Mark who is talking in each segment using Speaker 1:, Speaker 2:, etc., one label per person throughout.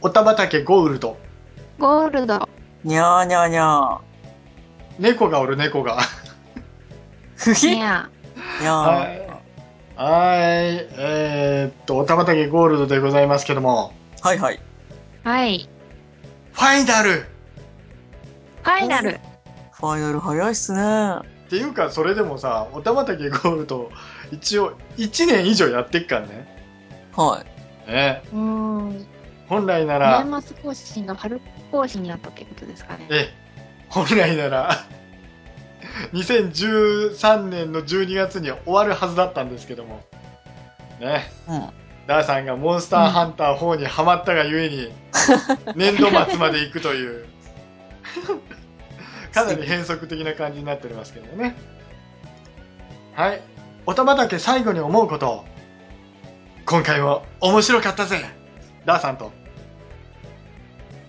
Speaker 1: おたばたけゴールド。
Speaker 2: ゴールド。
Speaker 3: にゃーにゃーにゃー。
Speaker 1: 猫がおる猫が。
Speaker 3: ふひ
Speaker 2: ニ
Speaker 3: にゃ
Speaker 2: ャ
Speaker 1: はい。
Speaker 3: ー。
Speaker 1: はい。えーっと、おたばたけゴールドでございますけども、
Speaker 3: はいはい。
Speaker 2: ー。はい。
Speaker 1: ファイナル
Speaker 2: ファイナル。
Speaker 3: ファイナル早いっすね。
Speaker 1: っていうか、それでもさ、おたばたけゴールド、一応、1年以上やってっからね。
Speaker 3: は
Speaker 1: ね
Speaker 2: うーん。
Speaker 1: 本来なら、
Speaker 2: 年末更新が春更新になったってことですかね。
Speaker 1: ええ、本来なら 2013年の12月に終わるはずだったんですけどもね
Speaker 3: い。うん。
Speaker 1: ダーさんがモンスターハンター4にハマったがゆえ に年度末まで行くというかなり変則的な感じになっておりますけどねはいおたまだけ最後に思うこと今回も面白かったぜダーさんと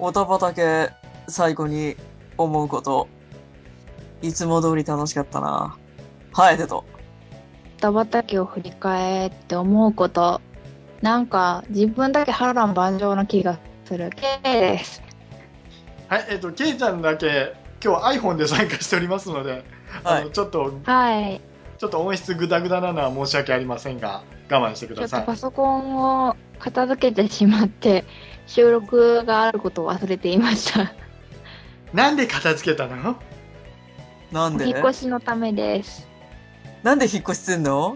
Speaker 3: おたばたけ、最後に思うこと。いつも通り楽しかったな。はい、テト。
Speaker 2: 田畑を振り返って思うこと。なんか、自分だけ波乱万丈な気がする。K です。
Speaker 1: はい、えっ、と、けいちゃんだけ、今日 iPhone で参加しておりますので、
Speaker 3: は
Speaker 1: あの
Speaker 3: い。
Speaker 1: ちょっと、
Speaker 2: はい。
Speaker 1: ちょっと音質グダグダなのは申し訳ありませんが、我慢してく
Speaker 2: ちょ
Speaker 1: だ
Speaker 2: っと
Speaker 1: さ
Speaker 2: パソコンを片付けてしまって、収録があることを忘れていました。
Speaker 1: い。なんで片付けたの
Speaker 3: なん
Speaker 2: お
Speaker 3: で
Speaker 2: 引っ越しのためです。
Speaker 3: なんで引っ越しすんの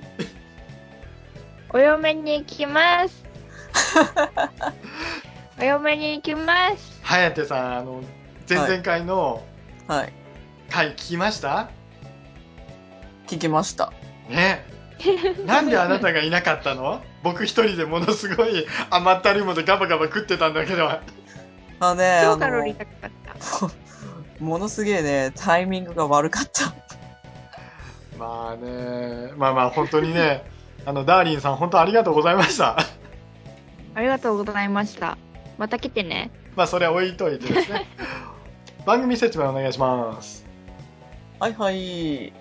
Speaker 2: お嫁に行きます。お嫁に行きます。
Speaker 1: はやてさん、あの、前々回の
Speaker 3: はい。
Speaker 1: 回聞きました、
Speaker 3: 聞きました。
Speaker 1: ね。なんであなたがいなかったの僕一人でものすごい甘ったるいものガバガバ食ってたんだけど。
Speaker 3: あね、
Speaker 2: 超
Speaker 3: あ
Speaker 2: カロリー
Speaker 3: の、
Speaker 2: 高かった。
Speaker 3: ものすげえね、タイミングが悪かった。
Speaker 1: まあね、まあまあ本当にね、あの、ダーリンさん本当ありがとうございました。
Speaker 2: ありがとうございました。また来てね。
Speaker 1: まあそれは置いといてですね番組説明お願いします
Speaker 3: はいはい。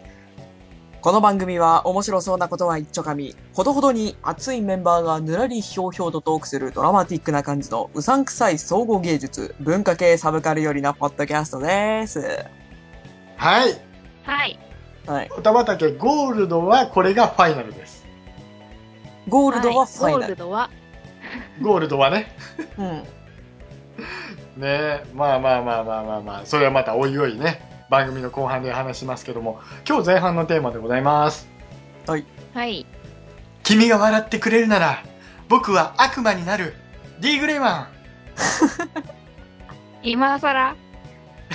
Speaker 3: この番組は面白そうなことは一丁かみ、ほどほどに熱いメンバーがぬらりひょうひょうとトークするドラマティックな感じのうさんくさい総合芸術、文化系サブカルよりなポッドキャストです。
Speaker 1: はい
Speaker 2: はい。
Speaker 3: はい。
Speaker 1: 歌畑ゴールドはこれがファイナルです
Speaker 3: ゴールドはファイ
Speaker 2: ゴー
Speaker 3: ナ
Speaker 2: ル
Speaker 3: ル。
Speaker 2: ドは、
Speaker 1: ゴールドはね
Speaker 3: うん。
Speaker 1: ねえまあまあまあまあまあまあそれはまたおいおいね番組の後半で話しますけども今日前半のテーマでございます
Speaker 2: はい。
Speaker 1: 君が笑ってくれるなら僕は悪魔になる D グレイマ
Speaker 2: 今更、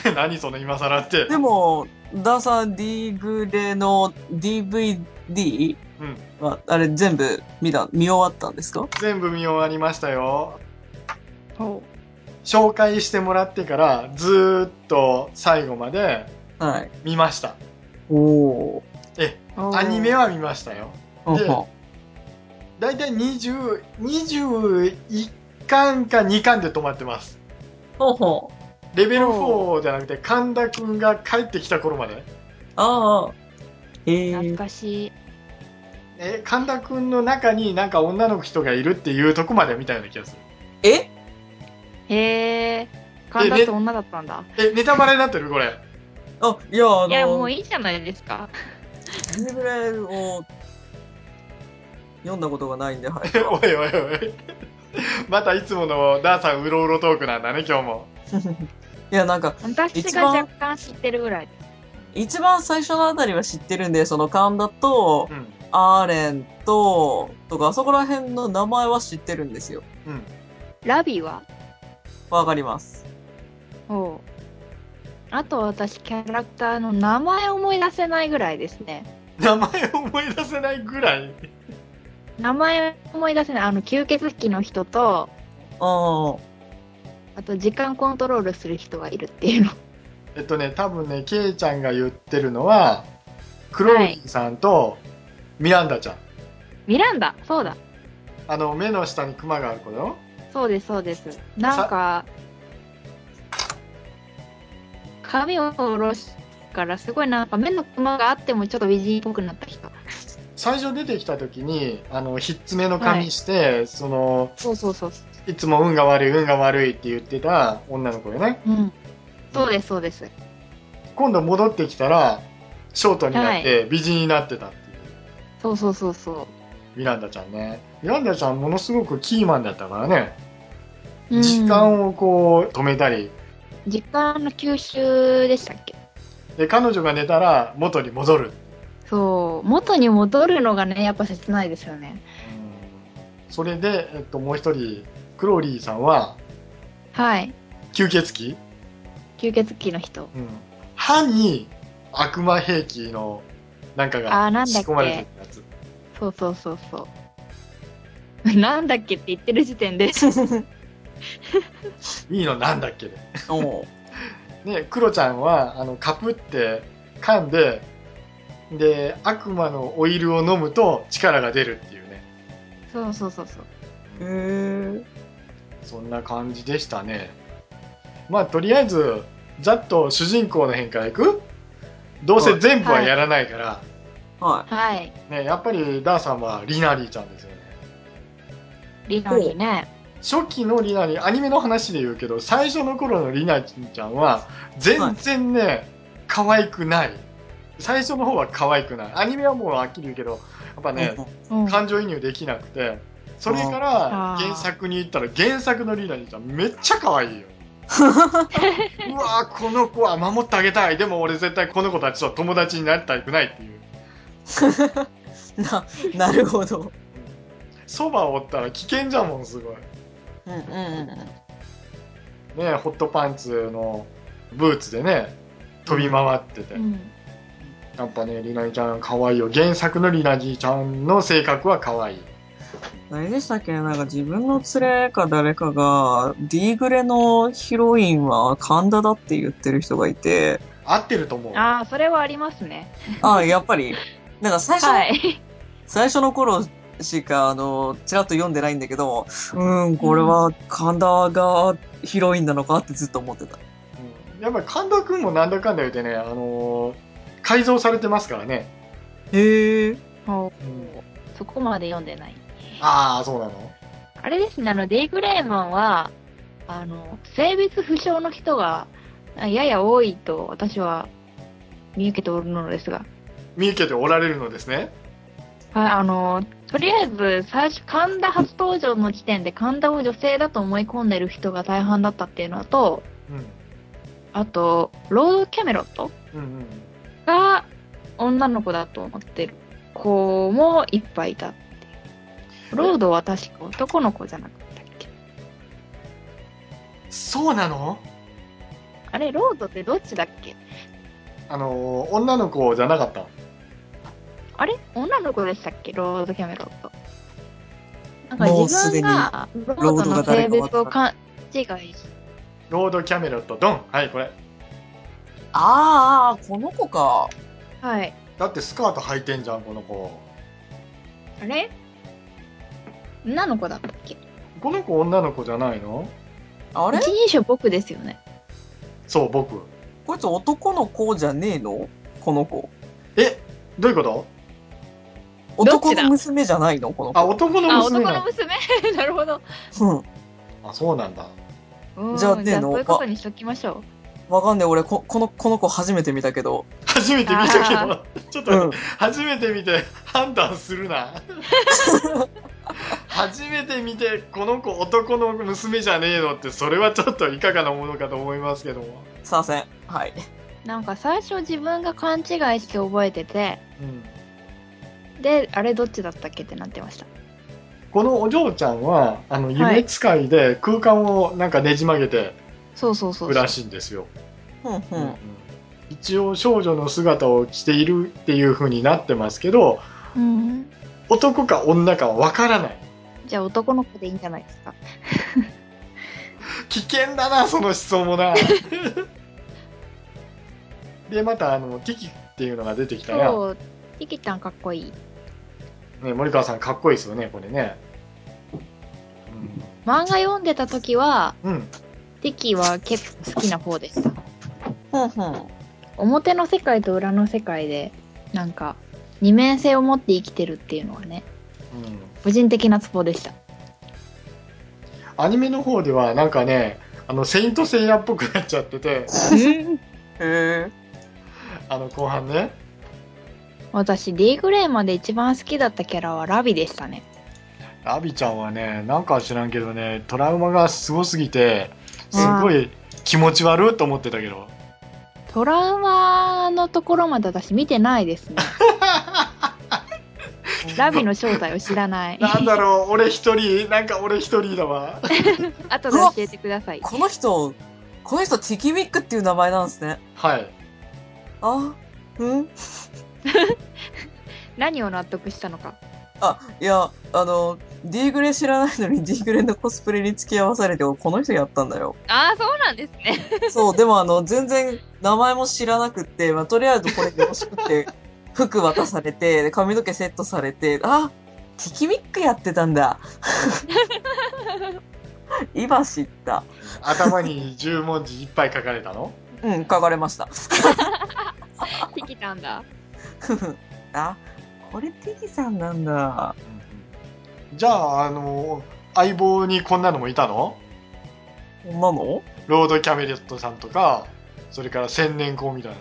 Speaker 1: ン 何その今更って
Speaker 3: でも、ダーさん D グレの DVD
Speaker 1: うん
Speaker 3: は、あれ全部見た、見終わったんですか
Speaker 1: 全部見終わりましたよ
Speaker 2: ほ
Speaker 1: 紹介してもらってからずーっと最後まで
Speaker 3: はい。
Speaker 1: 見ました
Speaker 3: おー。
Speaker 1: え
Speaker 2: うおー
Speaker 1: アニメは見ましたよ
Speaker 3: うんうん
Speaker 1: で大体20 21巻か2巻で止まってます
Speaker 3: ほうほう。
Speaker 1: レベル4じゃなくて神田くんが帰ってきた頃まで
Speaker 3: ああ。ええ
Speaker 2: 懐かしい。
Speaker 1: え神田くんの中になんか女の人がいるっていうとこまで見たような気がする
Speaker 3: え
Speaker 2: へえ。神田って女だったんだ。
Speaker 1: えネタバレになってるこれ
Speaker 3: あ、いや、あの、
Speaker 2: いや、もういいじゃないですか。
Speaker 3: デブレルを読んだことがないんで、はい。
Speaker 1: えおいおいおいまたいつものダーさんうろうろトークなんだね今日も
Speaker 3: いや、なんか、
Speaker 2: 私
Speaker 3: 一
Speaker 2: が
Speaker 3: 番
Speaker 2: 若干知ってるぐらい。
Speaker 3: 一番最初のあたりは知ってるんで、その神田と
Speaker 1: う、ん
Speaker 3: アーレンと、とか、あそこら辺の名前は知ってるんですよ。
Speaker 1: うん
Speaker 2: ラビは
Speaker 3: わかります。
Speaker 2: ほう。あと私、キャラクターの名前思い出せないぐらいですね。
Speaker 1: 名前を思い出せないぐらい
Speaker 2: 名前思い出せない。あの、吸血鬼の人と、
Speaker 3: ああ。
Speaker 2: あと時間コントロールする人がいるっていうの。
Speaker 1: えっとね多分ねケイちゃんが言ってるのはクローリーさんとミランダちゃん、
Speaker 2: ミランダそうだ。
Speaker 1: あの目の下にクマがある子だよ
Speaker 2: そうです、そうです。なんか、髪を下ろすから、すごいなんか目のクマがあってもちょっと美人っぽくなった人。
Speaker 1: 最初出てきた時にあのひっつめの髪して、その
Speaker 2: そうそうそう。
Speaker 1: いつも運が悪い、運が悪いって言ってた女の子よね。
Speaker 2: うん。そうです、そうです。
Speaker 1: 今度戻ってきたら、ショートになって美人になってたっていう、
Speaker 2: そうそうそうそ
Speaker 1: ミランダちゃんね。ミランダちゃんものすごくキーマンだったからね。
Speaker 2: う。うん
Speaker 1: 時間をこう止めたり、
Speaker 2: 時間の吸収でしたっけ
Speaker 1: で彼女が寝たら元に戻る。
Speaker 2: そう。元に戻るのがね、やっぱ切ないですよね。
Speaker 1: それで、えっと、もう一人、クローリーさんは、
Speaker 2: はい。
Speaker 1: 吸血鬼、
Speaker 2: 吸血鬼の人。
Speaker 1: 歯に悪魔兵器のなんか
Speaker 2: あ
Speaker 1: が
Speaker 2: ーなんだっけ
Speaker 1: 仕込まれてるやつ。
Speaker 2: そうそうそう そう。なんだっけって言ってる時点 で。
Speaker 1: いいのなんだっけで。
Speaker 3: おう
Speaker 1: ね、クロちゃんは、あの、かぷって噛んで、で、悪魔のオイルを飲むと力が出るっていうね。
Speaker 2: そうそうそうそう。
Speaker 3: へー
Speaker 1: そんな感じでしたね。まあ、とりあえず、ざっと主人公の変からいくどうせ全部はやらないから、
Speaker 3: は
Speaker 2: はい。
Speaker 1: ね、やっぱりダーさんはリナリーちゃんですよね。
Speaker 2: リナにね。
Speaker 1: 初期のリナリー、アニメの話で言うけど、最初の頃のリナちゃんは、全然ね、可愛くない。最初の方は可愛くない。アニメはもうはっきり言うけど、やっぱ
Speaker 3: い。
Speaker 1: ね、
Speaker 2: うん
Speaker 1: 感情移入できなくて、それから
Speaker 2: あー
Speaker 1: 原作に行ったら、原作のリナリーちゃんめっちゃ可愛い よ。うわーこの子は守ってあげたい。でも俺絶対この子たちと友達になりたくないっていう。
Speaker 3: な、なるほど。
Speaker 1: そばを折ったら危険じゃもん、すごい。
Speaker 3: うんうんうんうん。
Speaker 1: ね、ホットパンツのブーツでね飛び回ってて、
Speaker 2: うん。
Speaker 1: やっぱねりなりちゃん可愛いよ原作のりなじちゃんの性格は可愛い
Speaker 3: 何でしたっけなんか自分の連れか誰かが、D グレのヒロインは神田だって言ってる人がいて、
Speaker 1: 合ってると思う
Speaker 2: ああ、それはありますね。
Speaker 3: あ、やっぱり、なんか最初、
Speaker 2: はい。
Speaker 3: 最初の頃しか、あの、ちらっと読んでないんだけど、うーん、これは神田がヒロインなのかってずっと思ってた。
Speaker 1: うんやっぱり神田君もなんだかんだ言うてね、あのー改造されてますからね
Speaker 3: へえ。
Speaker 2: おー そこまで読んでない。
Speaker 1: ああそうなの
Speaker 2: あれですね、あの、デイグレーマンは、あの、性別不詳の人が、あやや多いと私は見受けておるのですが、
Speaker 1: 三重家でおられるのですね
Speaker 2: はい、あの、とりあえず、最初、神田初登場の時点で神田を女性だと思い込んでる人が大半だったっていうのと、
Speaker 1: うん
Speaker 2: あと、ロードキャメロット
Speaker 1: うんうん
Speaker 2: が女の子だと思ってる子もいっぱいいたっていうロードは確か男の子じゃなかったっけ
Speaker 1: そうなの
Speaker 2: あれ、ロードってどっちだっけ
Speaker 1: あのー女の子じゃなかった
Speaker 2: あれ女の子でしたっけロードキャメロット。なん
Speaker 3: も
Speaker 2: か
Speaker 3: う
Speaker 2: 自分がロ
Speaker 3: ロー
Speaker 2: ー
Speaker 3: ド
Speaker 2: ド
Speaker 3: が
Speaker 2: の
Speaker 3: 誰
Speaker 2: 性
Speaker 3: か分かった
Speaker 2: 別を勘違いし
Speaker 1: ロードキャメロットドンはいこれ
Speaker 3: あーあー、この子か。
Speaker 2: はい。
Speaker 1: だってスカート履いてんじゃんこの子
Speaker 2: あれ女の子だったっけ
Speaker 1: この子女の子じゃないの
Speaker 3: あれ
Speaker 2: 一人称僕ですよね。
Speaker 1: そう僕
Speaker 3: こいつ男の子じゃねえのこの子。
Speaker 1: えどういうこと
Speaker 2: どっ
Speaker 3: 男
Speaker 2: ちだ
Speaker 3: の娘じゃないのこの子。
Speaker 1: あ男の
Speaker 2: あ、
Speaker 1: 娘
Speaker 2: 男
Speaker 1: な
Speaker 2: の
Speaker 1: の
Speaker 2: 娘 なるほど。
Speaker 3: うん。
Speaker 1: あそうなんだ
Speaker 2: うん
Speaker 3: じゃあね
Speaker 2: じゃあ
Speaker 3: の
Speaker 2: そういうことにしときましょ
Speaker 3: わかんねえ。俺こ、この、この子初めて見たけど。
Speaker 1: 初めて見たけど ちょっと、
Speaker 3: うん。
Speaker 1: 初めて見て判断する な初めて見てこの子男の娘じゃねえのってそれはちょっといかがなものかと思いますけども、
Speaker 3: さあせん。はい。
Speaker 2: う。なんか最初自分が勘違いして覚えてて、
Speaker 1: うん、
Speaker 2: で、あれどっちだったっけってなってました。
Speaker 1: このお嬢ちゃんはあの夢使いで空間をなんかねじ曲げて
Speaker 2: そうそうそう
Speaker 1: る
Speaker 2: そう
Speaker 1: ら。しいんですよ、
Speaker 3: うんうん。
Speaker 1: 一応少女の姿をしているっていう風になってますけど
Speaker 2: うん。
Speaker 1: 男か女かは分からない
Speaker 2: じゃあ男の子でいいんじゃないですか。
Speaker 1: 危険だなその思想もなでまたあのティキっていうのが出てきたら、
Speaker 2: そう、キキちゃんかっこいい。
Speaker 1: ね、森川さんかっこいいですよねこれね
Speaker 2: 漫画読んでた時は、
Speaker 1: うん、うん
Speaker 2: ティキは結構好きな方でした。
Speaker 3: うんうん。
Speaker 2: 表の世界と裏の世界で、なんか、二面性を持って生きてるっていうのはね、個人的なツボでした。
Speaker 1: アニメの方ではなんかねあのセイントセイヤっぽくなっちゃってて
Speaker 3: へえ。
Speaker 1: あの後半ね
Speaker 2: 私、D グレーマンで一番好きだったキャラはラビでしたね。
Speaker 1: ラビちゃんはねなんか知らんけどねトラウマがすごすぎてすごい気持ち悪いと思ってたけど
Speaker 2: トラウマのところまで私見てないで すね。ラビの正体を知 らない。
Speaker 1: なんだろう俺一人なんか俺一人だわ
Speaker 2: 後で教えてください。
Speaker 3: この人、この人、ティキミックっていう名前なんですね。
Speaker 1: はい
Speaker 3: あ、うん
Speaker 2: 何を納得したのか。
Speaker 3: あ、いや、あの、D グレ知らないのに D グレのコスプレに付き合わされて、この人やったんだよ。
Speaker 2: ああ、そうなんです ね。
Speaker 3: そう、でもあの、全然名前も知らなくって、まあ、とりあえずこれよろしくって、服渡されて、で髪の毛セットされて、あ、ティキミックやってたんだ。 今知った。
Speaker 1: 頭に10文字いっぱい書かれたの
Speaker 3: うん、書かれました。
Speaker 2: できたんだ。
Speaker 3: あ、これティキさんなんだ。
Speaker 1: じゃああの相棒にこんなのもいたの
Speaker 3: こんなの
Speaker 1: ロードキャメレットさんとかそれから千年校みたいな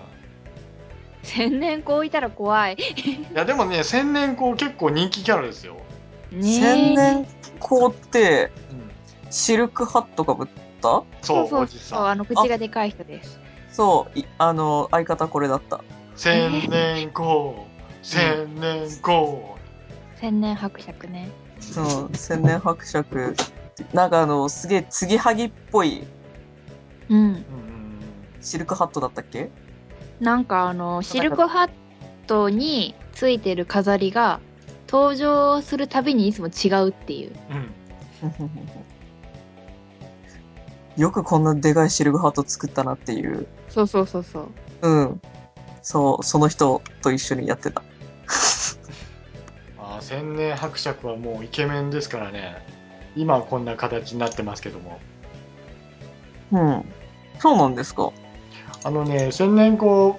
Speaker 2: 千年子いたら怖い。
Speaker 1: いやでもね千年校結構人気キャラですよ、
Speaker 3: 千年校って、
Speaker 1: うん、
Speaker 3: シルクハットかぶった
Speaker 1: そう
Speaker 2: そう
Speaker 1: お
Speaker 2: そ
Speaker 1: じ
Speaker 2: う
Speaker 1: さん
Speaker 2: あの、口がでかい人です。
Speaker 3: そう、いあの、相方これだった。
Speaker 1: 千年校千年校
Speaker 2: 千年伯爵ね。
Speaker 3: そう、千年伯爵。なんかあの、すげえ、継ぎはぎっぽい
Speaker 2: うん。
Speaker 1: うんうんうん
Speaker 3: シルクハットだったっけ
Speaker 2: なんかあの、シルクハットについてる飾りが、登場するたびにいつも違うっていう。
Speaker 1: うん
Speaker 3: よくこんなでかいシルクハット作ったなっていう。
Speaker 2: そうそうそうそう。
Speaker 3: うん。そう、その人と一緒にやってた。
Speaker 1: あー千年伯爵はもうイケメンですからね今はこんな形になってますけども
Speaker 3: うん。そうなんですか。
Speaker 1: あのね千年校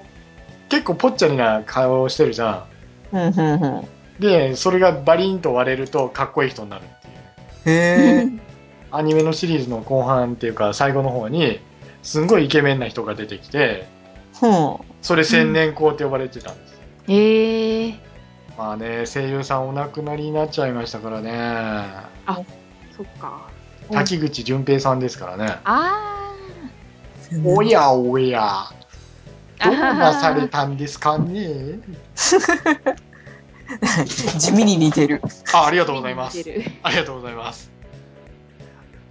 Speaker 1: 結構ぽっちゃりな顔をしてるじゃ
Speaker 3: うん、うん、うん。
Speaker 1: んでそれがバリンと割れるとかっこいい人になるっていう
Speaker 3: へえ。
Speaker 1: アニメのシリーズの後半っていうか最後の方にすんごいイケメンな人が出てきて
Speaker 3: うん。
Speaker 1: それ千年校って呼ばれてたんです、
Speaker 2: ええー。
Speaker 1: まあね声優さんお亡くなりになっちゃいましたからね
Speaker 2: そっか。
Speaker 1: 滝口淳平さんですからね
Speaker 2: あ
Speaker 1: おやおや
Speaker 2: あ。
Speaker 1: どうなされたんですかね
Speaker 3: 地味に似てる。
Speaker 1: あありがとうございま
Speaker 2: 見
Speaker 1: す
Speaker 2: てる
Speaker 1: ありがとうございます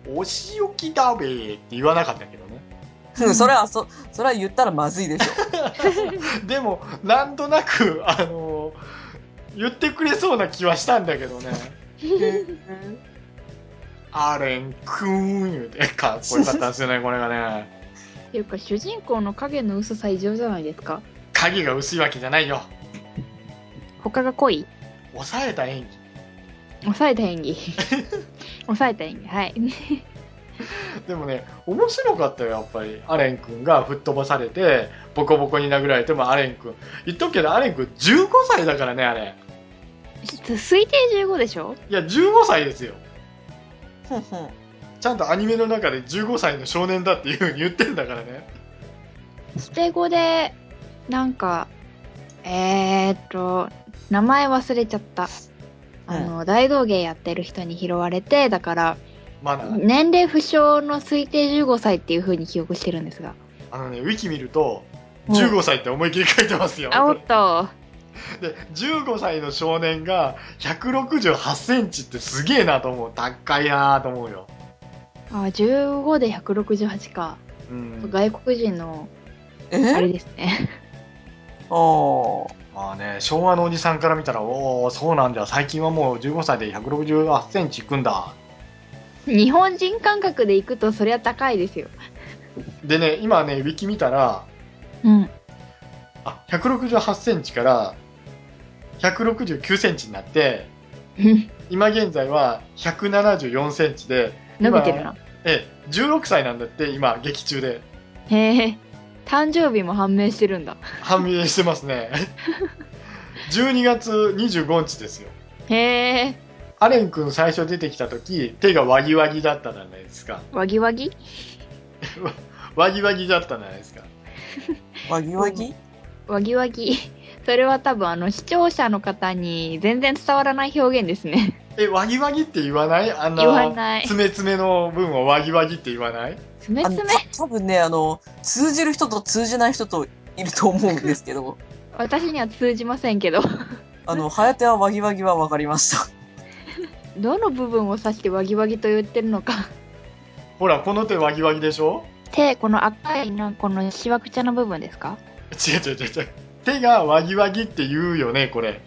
Speaker 1: お仕置きだべーって言わなかったけどね
Speaker 3: うん、それは、そ、それは言ったらまずいでしょ。
Speaker 1: でもなんとなくあの言ってくれそうな気はしたんだけどねアレンくん言うてかっこよかったんですよねこれがね
Speaker 2: っていうか主人公の影の薄さ異常じゃないですか
Speaker 1: 影が薄いわけじゃないよ
Speaker 2: 他が濃い
Speaker 1: 抑えた演技
Speaker 2: 抑えた演技 抑えた演技はい
Speaker 1: でもね面白かったよやっぱりアレン君が吹っ飛ばされてボコボコに殴られてもアレン君言っとくけどアレン君15歳だからねあれ
Speaker 2: 推定15でしょ
Speaker 1: いや15歳ですよ
Speaker 3: ふんふん
Speaker 1: ちゃんとアニメの中で15歳の少年だっていうふうに言ってんだからね
Speaker 2: 捨て子でなんかえー、っと名前忘れちゃったあの、大道芸やってる人に拾われてだから
Speaker 1: マナー、
Speaker 2: 年齢不詳の推定15歳っていう風に記憶してるんですが
Speaker 1: あのねウィキ見ると15歳って思いっきり書いてますよ、
Speaker 2: あおっと
Speaker 1: で15歳の少年が168センチってすげえなと思う高いなと思うよ、
Speaker 2: あ15で168か、
Speaker 1: うん、
Speaker 2: 外国人のあれ
Speaker 3: え
Speaker 2: ですね
Speaker 3: ああ。
Speaker 1: まあね、昭和のおじさんから見たら、おお、そうなんだ、最近はもう15歳で168センチいくんだ。
Speaker 2: 日本人感覚で行くとそりゃ高いですよ
Speaker 1: でね、今ね、ウィキ見たら、
Speaker 2: うん
Speaker 1: あ168センチから169センチになって、今現在は174センチで、
Speaker 2: 伸びてるな
Speaker 1: え、16歳なんだって、今、劇中で。
Speaker 2: へえ誕生日も判明してるんだ
Speaker 1: 判明してますね。12月25日ですよ。
Speaker 2: へえ
Speaker 1: アレン君最初出てきた時手がワギワギだったじゃないですか
Speaker 2: わぎわぎ
Speaker 1: ワギワギだったじゃないですか
Speaker 3: わぎわぎ
Speaker 2: わぎわぎ。それは多分あの視聴者の方に全然伝わらない表現ですね。
Speaker 1: えワギワギって言わないあん
Speaker 2: 言わ
Speaker 1: な
Speaker 2: ない。
Speaker 1: 爪爪の分をワギワギって言わない
Speaker 2: つめ
Speaker 3: あ
Speaker 2: つ
Speaker 3: の
Speaker 2: め
Speaker 3: た多分ね、あの、通じる人と通じない人といると思うんですけ ど、
Speaker 2: 私には通じませんけど。
Speaker 3: あの、ハヤテはワギワギは分かりました。
Speaker 2: どの部分を指してわぎわぎと言ってるのか。
Speaker 1: ほらこの手ワギワギでしょ
Speaker 2: 手、この赤いな、このしわくちゃの部分ですか
Speaker 1: 違う違う違う違う手がワギワギって言うよねこれ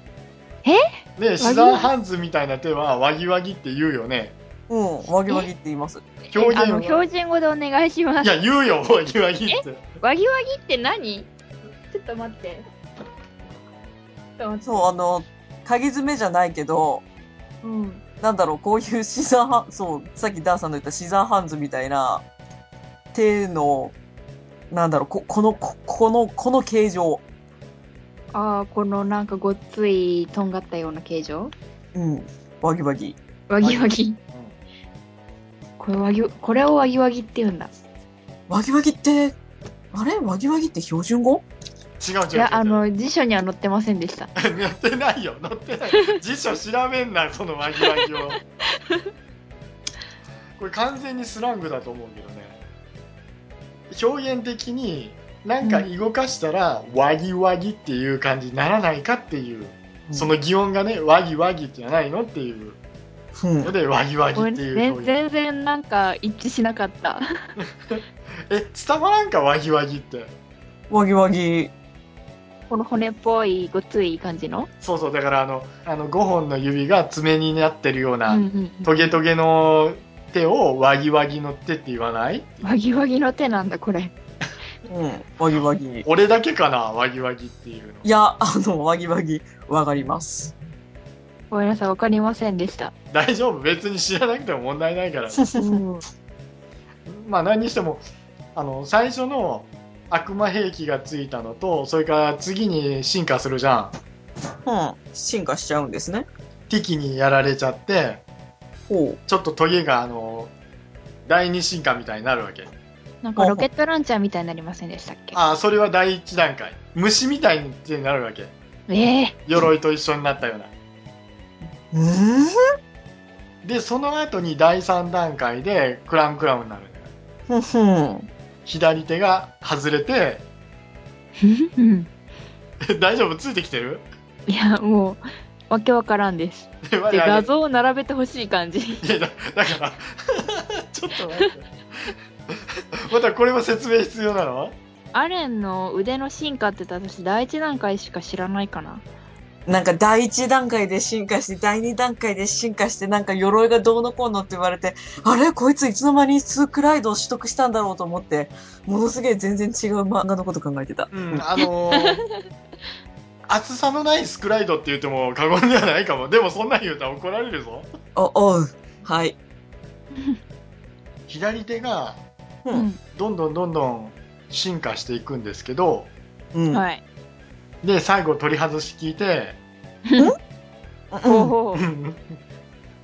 Speaker 2: え
Speaker 1: ねシザーハンズみたいな手はワギワギって言うよね
Speaker 3: うん、ワギワギって言います。
Speaker 1: 表現
Speaker 2: あの、
Speaker 1: は
Speaker 2: 標準語でお願いしま
Speaker 1: い
Speaker 2: す。
Speaker 1: や言うよワギワギって
Speaker 2: わぎわぎって何ちょっと待って。ちょっと待って。
Speaker 3: そう、あの、鍵詰めじゃないけど、
Speaker 2: うん。
Speaker 3: なんだろう、こういうシザーハン、そう、さっきダーさんの言ったシザーハンズみたいな、手の、なんだろう、こ、この、ここの、この形状。
Speaker 2: ああ、このなんかごっつい、とんがったような形状
Speaker 3: うん、ワギワギ。
Speaker 2: わぎわぎ。これわぎ、これをわぎわぎって言うんだ。
Speaker 3: ワギワギって、あれワギワギって標準語
Speaker 1: 違う違う違う
Speaker 2: いや、あの、辞書には載ってませんでした。
Speaker 1: 乗ってないよ乗ってない辞書調べんなこのワギワギをこれ完全にスラングだと思うけどね表現的になんか動かしたら、ワギワギっていう感じにならないかっていうその、擬音がねワギワギってじゃないのっていう
Speaker 3: うん
Speaker 1: の、でワギワギ
Speaker 2: ごめ
Speaker 1: っ
Speaker 2: ん
Speaker 1: てい
Speaker 2: 全
Speaker 1: う表現
Speaker 2: 全然なんか一致しなかった。
Speaker 1: え伝わらんかワギワギって
Speaker 3: ワギワギ。
Speaker 2: この骨っぽいごつい感じの。
Speaker 1: そうそうだからあのあの5本の指が爪になってるよう
Speaker 2: う
Speaker 1: な、
Speaker 2: んうんうん
Speaker 1: トゲトゲの手をワギワギの手って言わない
Speaker 2: わぎわぎの手なんだこれ。
Speaker 3: うん、ワギワギ。
Speaker 1: 俺だけかなワギワギっていうの
Speaker 3: いや、あの、ワギワギ、わかります。
Speaker 2: ごめんなさいわかりませんでした。
Speaker 1: 大丈夫別に知らなくても問題ないから
Speaker 2: うん
Speaker 1: まあ何にしてもあの最初の悪魔兵器がついたのとそれから次に進化するじゃん
Speaker 3: うん、進化しちゃうんですね。
Speaker 1: 敵にやられちゃって
Speaker 3: ほ
Speaker 1: ちょっとトゲがあの第二進化みたいになるわけ
Speaker 2: なんかロケットランチャーみたいになりませんでしたっけ。
Speaker 1: ああそれは第一段階虫みたいに手になるわけ
Speaker 2: ええ
Speaker 1: 鎧と一緒になったような
Speaker 3: う。うーん
Speaker 1: でその後に第3段階でクランクラウンになるのよ
Speaker 3: ふんふん。
Speaker 1: 左手が外れて
Speaker 2: うん
Speaker 1: 大丈夫ついてきてる
Speaker 2: いやもうわけわからんです。
Speaker 1: で我
Speaker 2: で
Speaker 1: 々
Speaker 2: 画像を並べてほしい感じ。
Speaker 1: いやだだから ちょっと待って またこれも説明必要なの
Speaker 2: アレンの腕の進化って私第一段階しか知らないかな。
Speaker 3: なんか第一段階で進化して、第二段階で進化して、なんか鎧がどうのこうのって言われて、あれこいついつの間にスークライドを取得したんだろうと思って、ものすげえ全然違う漫画のこと考えてた。
Speaker 1: うんあの ー厚さのないスクライドって言っても過言ではないかもでもそんなん言うたら怒られるぞ
Speaker 3: お、おう。はい。
Speaker 1: 左手が
Speaker 3: う。
Speaker 2: うん
Speaker 1: どんどんどんどん進化していくんですけど
Speaker 3: うん。
Speaker 2: ん
Speaker 3: うん
Speaker 2: はい。
Speaker 1: で最後取り外し聞いて
Speaker 2: ほうほう
Speaker 1: うん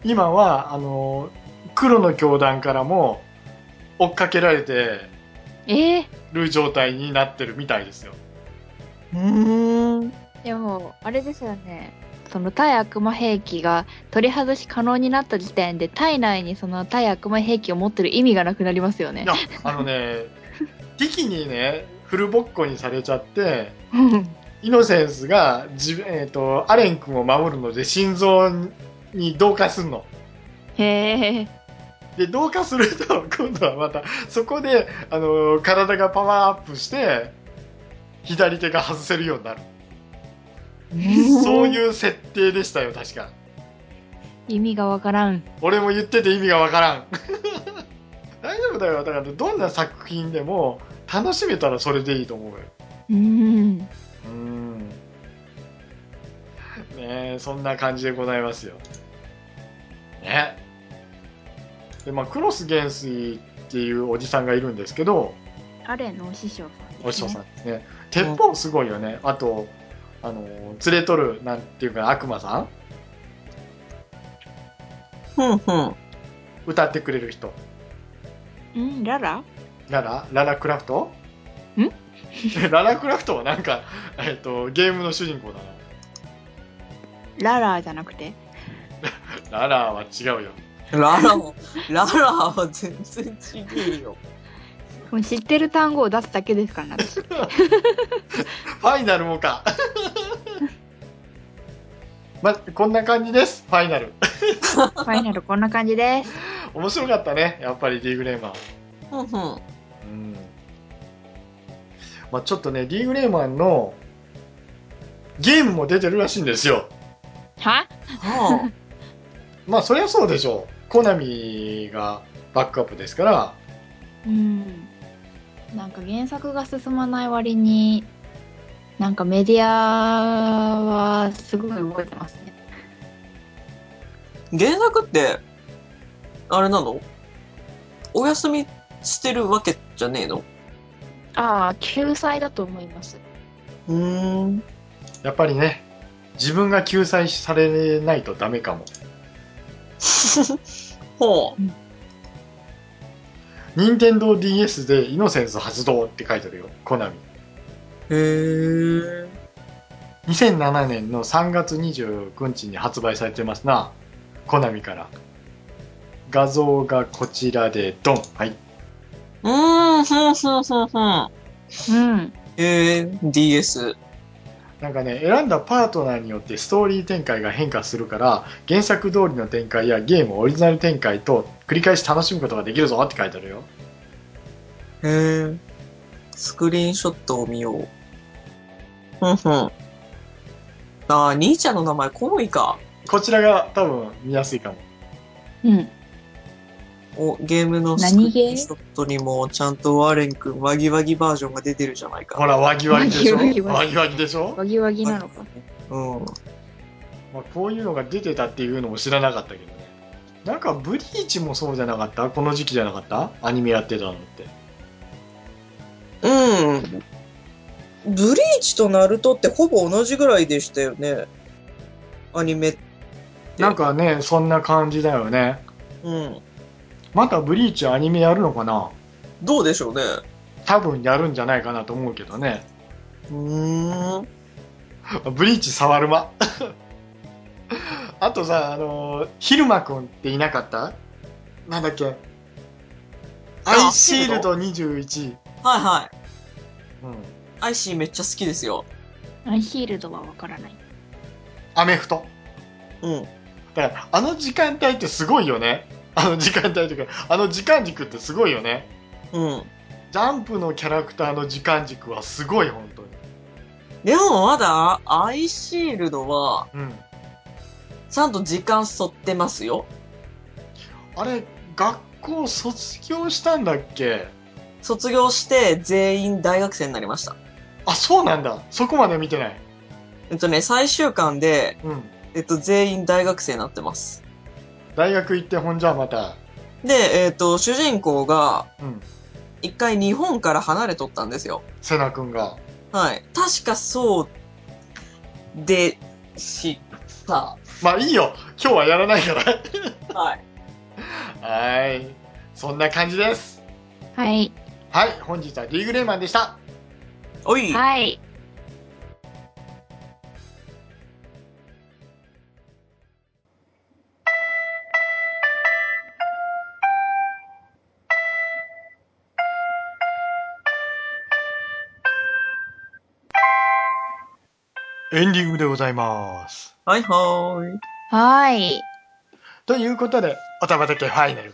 Speaker 1: 今はあの黒の教団からも追っかけられて
Speaker 2: ええ
Speaker 1: る状態になってるみたいですよ
Speaker 3: うーん。
Speaker 2: でもあれですよねその対悪魔兵器が取り外し可能になった時点で体内にその対悪魔兵器を持ってる意味がなくなりますよね
Speaker 1: いやあのね敵にねフルボッコにされちゃって
Speaker 2: うん
Speaker 1: イノセンスが自分、えー、とアレン君を守るので心臓に同化するの
Speaker 2: へえ
Speaker 1: で同化すると 今度はまたそこであの体がパワーアップして左手が外せるようになるそう
Speaker 3: う
Speaker 1: いう設定でしたよ確か
Speaker 2: 意味がわからん
Speaker 1: 俺も言ってて意味がわからん 大丈夫だよだからどんな作品でも楽しめたらそれでいいと思うよ
Speaker 2: うんね
Speaker 1: うんねえそんな感じでございますよねでまあクロス元帥っていうおじさんがいるんですけど
Speaker 2: アレンのお師匠さんです、ね、
Speaker 1: お師匠さんですね鉄砲すごいよねあとあの連れとるなんていうか悪魔さん
Speaker 3: ふんふん。
Speaker 1: 歌ってくれる人
Speaker 2: うん、ララ
Speaker 1: ララララクラフト
Speaker 2: ん
Speaker 1: ララクラフトはなんか、えっと、ゲームの主人公だ
Speaker 2: ララじゃなくて。
Speaker 1: なララは違うよ
Speaker 3: ララも、ララは全然違うよ。
Speaker 2: もう知ってる単語を出すだけですからね、 私。
Speaker 1: ファイナルもか まこんな感じですファイナル
Speaker 2: ファイナルこんな感じです。
Speaker 1: 面白かったねやっぱりリーグレーマン
Speaker 3: ふんふん。
Speaker 1: うんまあ、ちょっとねリーグレーマンのゲームも出てるらしいんですよ
Speaker 2: は
Speaker 3: は
Speaker 1: まあそりゃそうでしょうコナミがバックアップですから
Speaker 2: うん。なんか原作が進まない割に、なんかメディアはすごい動いてますね。
Speaker 3: あ、原作って、あれなのお休みしてるわけじゃねえの
Speaker 2: ああ、救済だと思います。
Speaker 3: うーん。
Speaker 1: やっぱりね自分が救済されないとダメかも
Speaker 3: ほ
Speaker 1: 任天堂 d s で「イノセンス発動」って書いてあるよコナミ
Speaker 3: う。へえ。
Speaker 1: 2007年の3月29日に発売されてますなコナミから画像がこちらでドンはいう
Speaker 3: ーん、ふんふんふんふん。
Speaker 2: うん。
Speaker 3: へえ、DS。
Speaker 1: なんかね選んだパートナーによってストーリー展開が変化するから原作通りの展開やゲームオリジナル展開と繰り返し楽しむことができるぞって書いてあるよ
Speaker 3: へえ。スクリーンショットを見よう。ふんふん。ああ、兄ちゃんの名前、コモイか。
Speaker 1: こちらが多分見やすいかも
Speaker 2: うん。
Speaker 3: お、ゲームのスク
Speaker 2: 何ゲ
Speaker 3: リー
Speaker 2: ー
Speaker 3: ンショットにも、ちゃんとワーレン君、ワギワギバージョンが出てるじゃない
Speaker 1: ほ
Speaker 3: か。
Speaker 1: らワギワギでしょ
Speaker 2: ワギ
Speaker 1: ワ
Speaker 2: ワギ
Speaker 1: ギワギでしょ、
Speaker 2: わぎわぎなのか。
Speaker 3: うん。
Speaker 1: まあ、こういうのが出てたっていうのも知らなかったけどねなんかブリーチもそうじゃなかったこの時期じゃなかったアニメやってたのって
Speaker 3: うん。ブリーチとナルトってほぼ同じぐらいでしたよね。アニメ。
Speaker 1: なんかねそんな感じだよね
Speaker 3: うん。
Speaker 1: またブリーチアニメやるのかな
Speaker 3: どうでしょうね。
Speaker 1: 多分やるんじゃないかなと思うけどね
Speaker 3: うーん。
Speaker 1: ブリーチ触る間 あとさあのー、ヒルマくんっていなかったなんだっけアイシール。ド21、
Speaker 3: はいはい。
Speaker 1: うん、
Speaker 3: アイシーめっちゃ好きですよ。
Speaker 2: アイシールドはわからない。
Speaker 1: アメフト
Speaker 3: うん。
Speaker 1: だからあの時間帯ってすごいよねあの時間帯というかあの時間軸ってすごいよね
Speaker 3: うん。
Speaker 1: ジャンプのキャラクターの時間軸はすごい本当に
Speaker 3: でもまだ、アイシールドは、
Speaker 1: うん
Speaker 3: ちゃんと時間沿ってますよ。
Speaker 1: あれ学校卒業したんだっけ
Speaker 3: 卒業して、全員大学生になりました。
Speaker 1: あそうなんだそこまで見てない
Speaker 3: えっとね、最終巻で、
Speaker 1: うん
Speaker 3: えっと、全員大学生になってます。
Speaker 1: 大学行ってほんじゃまた
Speaker 3: で、えっと、主人公が、
Speaker 1: うん
Speaker 3: 一回日本から離れとったんですよ。
Speaker 1: セナ君が
Speaker 3: はい。確かそう、で、した。
Speaker 1: まあいいよ今日はやらないから は
Speaker 3: はい。
Speaker 1: ーいそんな感じです
Speaker 2: はい。
Speaker 1: はい本日はリーグレーマンでした
Speaker 3: おい。
Speaker 2: はい。
Speaker 1: エンディングでございます
Speaker 3: はいはーい。
Speaker 2: はーい。
Speaker 1: ということでおたまたけファイナル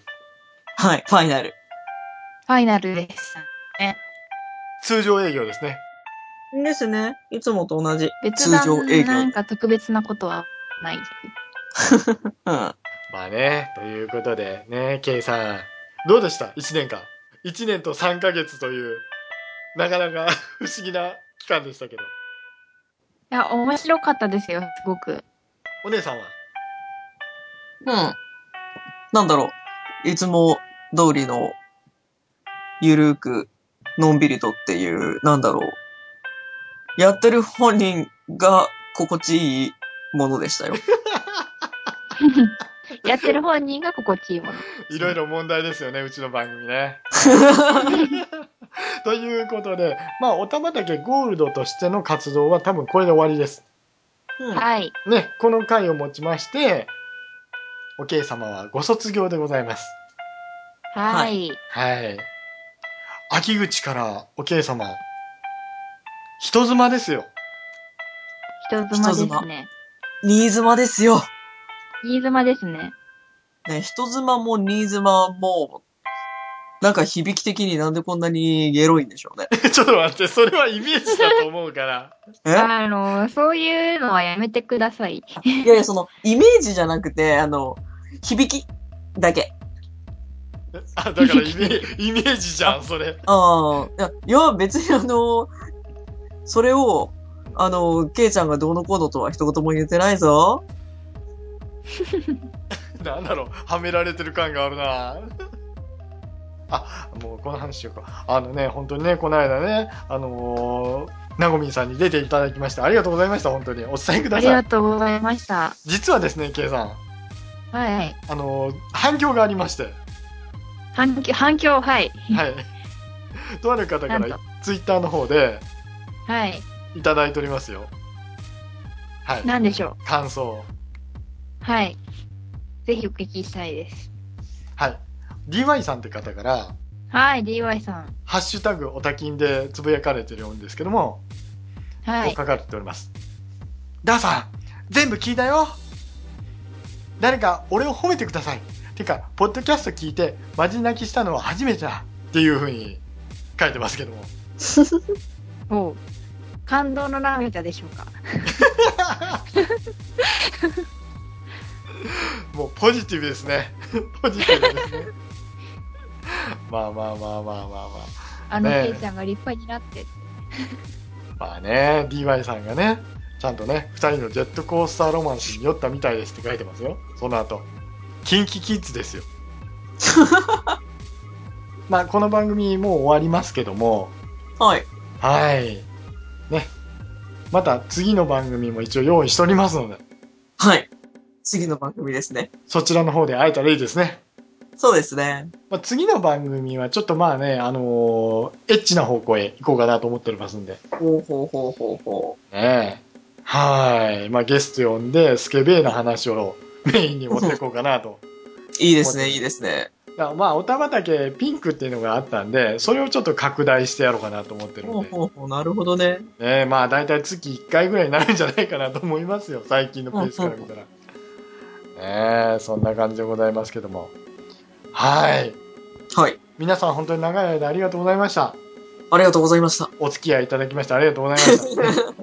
Speaker 3: はい、ファイナル。
Speaker 2: ファイナルです。
Speaker 1: 通常営業ですね
Speaker 3: ですね。いつもと同じ。
Speaker 2: 別
Speaker 3: 通常
Speaker 2: 段
Speaker 3: 営業
Speaker 2: なんか特別なことはない。
Speaker 3: うん。
Speaker 1: まあね、ということでね、ケイさん、どうでした ?1 年間。1年と3ヶ月という、なかなか 不思議な期間でしたけど。
Speaker 2: いや、面白かったですよ、すごく。
Speaker 1: お姉さんは
Speaker 3: うん。なんだろう。いつも通りの、ゆるーく、のんびりとっていう、なんだろう。やってる本人が心地いいものでしたよ。
Speaker 2: やってる本人が心地いいもの。
Speaker 1: いろいろ問題ですよね、うちの番組ね。ということで、まあ、おたまだけゴールドとしての活動は多分これで終わりです。
Speaker 3: うん
Speaker 2: はい。
Speaker 1: ね、この回をもちまして、おけい様はご卒業でございます。
Speaker 2: は。
Speaker 3: はい
Speaker 1: はい。秋口からおけい様、人妻ですよ。
Speaker 2: 人妻ですね。
Speaker 3: 新妻ですよ。
Speaker 2: 新妻ですね。
Speaker 3: ね、人妻も新妻も、なんか響き的になんでこんなにゲロいんでしょう ね。
Speaker 1: ちょっと待って、それはイメージだと思うから。
Speaker 3: え
Speaker 2: あの、そういうのはやめてください。
Speaker 3: いやいや、その、イメージじゃなくて、あの、響きだけ。
Speaker 1: あ、だからイメ イメージじゃん、それ。
Speaker 3: ああ、いや、いや別にあの、それを、あの、ケイちゃんがどうのこうのとは一言も言ってない ぞ。
Speaker 1: なんだろう、はめられてる感があるな。 あ、もうこの話しようか。あのね、本当にね、この間ね、あのー、なごみんさんに出ていただきまして、ありがとうございました、本当に。お伝えく
Speaker 2: あ
Speaker 1: だ
Speaker 2: り
Speaker 1: さ
Speaker 2: が
Speaker 1: い。
Speaker 2: とうございました。
Speaker 1: 実はですね、ケイさん、
Speaker 2: はい。
Speaker 1: あのー、反響がありま して、
Speaker 2: 反響、反響、はい。
Speaker 1: はい。 とある方か
Speaker 2: なんと
Speaker 1: ら、ツイッターの方で、
Speaker 2: はい。
Speaker 1: いただいておりますよ。はい。
Speaker 2: なんでしょ
Speaker 1: 感想。
Speaker 2: う。はい。ぜひお聞きしたいです。
Speaker 1: はい。DY さんって方から、
Speaker 2: はい、DY さん。
Speaker 1: ハッシュタグおたきんでつぶやかれてるんですけども、
Speaker 2: は
Speaker 1: こう
Speaker 2: い。
Speaker 1: 書かれております。ダーさん、全部聞いたよ誰か俺を褒めてください。てか、ポッドキャスト聞いて、マジ泣きしたのは初めてだっていうふうに書いてますけども。
Speaker 2: おう感動の涙でしょうか。
Speaker 1: もうポジティブですね。 ポジティブ ですね。まあまあまあまあまあまあ。
Speaker 2: あの、
Speaker 1: ねえ
Speaker 2: ケイちゃんが立派になって。
Speaker 1: まあね、DY さんがね、ちゃんとね、二人のジェットコースターロマンスに酔ったみたいですって書いてますよ。その後。キンキキッズですよ。まあ、この番組もう終わりますけども、
Speaker 3: はい。
Speaker 1: はい。ね。また次の番組も一応用意しておりますので、
Speaker 3: はい。次の番組ですね。
Speaker 1: そちらの方で会えたらいいですね。
Speaker 3: そうですね。
Speaker 1: まあ、次の番組はちょっとまあね、あのーエッチな方向へ行こうかなと思っておりますんで。
Speaker 3: ほうほうほうほうほ
Speaker 1: ねえ。はい。まあゲスト呼んで、スケベーな話をメインに持っていこうかなと。
Speaker 3: う。いいですね、いいですね。
Speaker 1: だからまあ、おたまたけピンクっていうのがあったんで、それをちょっと拡大してやろうかなと思ってるん
Speaker 3: ほう
Speaker 1: で。ね
Speaker 3: ほうほう、なるほどね。
Speaker 1: え、まあ大体月1回ぐらいになるんじゃないかなと思いますよ。最近のペースから見たら。ねえ、そんな感じでございますけども。はい。
Speaker 3: はい。
Speaker 1: 皆さん本当に長い間ありがとうございました。
Speaker 3: ありがとうございました。
Speaker 1: お付き合いいただきましてありがとうございました。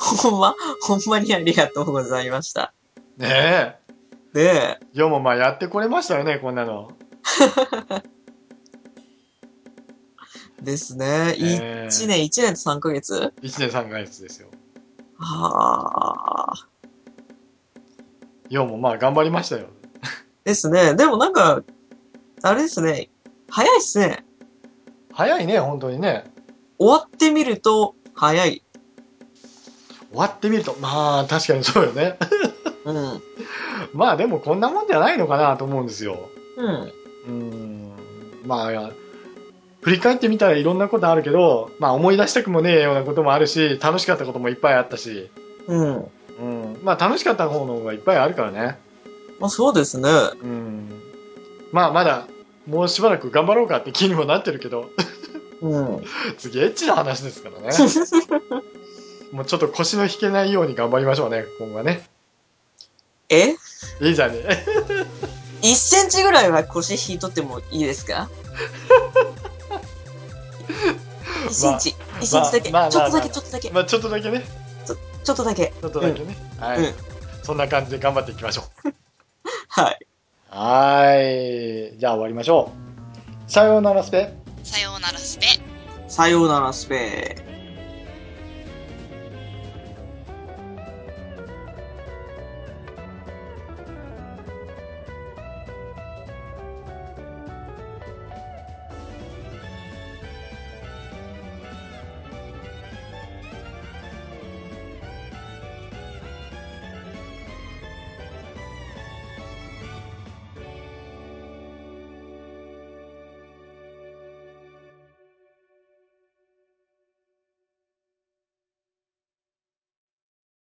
Speaker 3: ほんま、ほんまにありがとうございました。
Speaker 1: ねえ。
Speaker 3: で、
Speaker 1: よもまあやってこれましたよね、こんなの。
Speaker 3: ですね。一
Speaker 1: ええ
Speaker 3: 年、一年と三ヶ月
Speaker 1: 1年3ヶ月ですよ。
Speaker 3: はあ。
Speaker 1: よもまあ頑張りましたよ。
Speaker 3: ですね。でもなんか、あれですね。早いっすね。
Speaker 1: 早いね、本当にね。
Speaker 3: 終わってみると、早い。
Speaker 1: 終わってみると、まあ確かにそうよね。
Speaker 3: うん。
Speaker 1: まあでもこんなもんじゃないのかなと思うんですよ。
Speaker 3: うん。
Speaker 1: うーん。まあ、振り返ってみたらいろんなことあるけど、まあ思い出したくもねえようなこともあるし、楽しかったこともいっぱいあったし、
Speaker 3: うん。
Speaker 1: うん。まあ楽しかった方の方がいっぱいあるからね。
Speaker 3: まあそうですね。
Speaker 1: うん。まあまだ、もうしばらく頑張ろうかって気にもなってるけど、
Speaker 3: うん。
Speaker 1: 次エッチな話ですからね。もうちょっと腰の引けないように頑張りましょうね、今後はね。
Speaker 3: え
Speaker 1: いいじゃんね。
Speaker 3: 一センチぐらいは腰引いとってもいいです か一センチ、一センチだけ、
Speaker 1: まあまあ
Speaker 3: ちょっと
Speaker 1: まあま
Speaker 3: だ
Speaker 1: あ
Speaker 3: け、ちょっとだけ、
Speaker 1: まあちょっとだけね。
Speaker 3: ちょっとだけ。
Speaker 1: ちょっとだけね。はい、
Speaker 3: うん
Speaker 1: そんな感じで頑張っていきましょう。
Speaker 3: はい。
Speaker 1: はーい。じゃあ終わりましょう。さようならスペ。
Speaker 4: さようならスペ
Speaker 3: さようなら、スペー。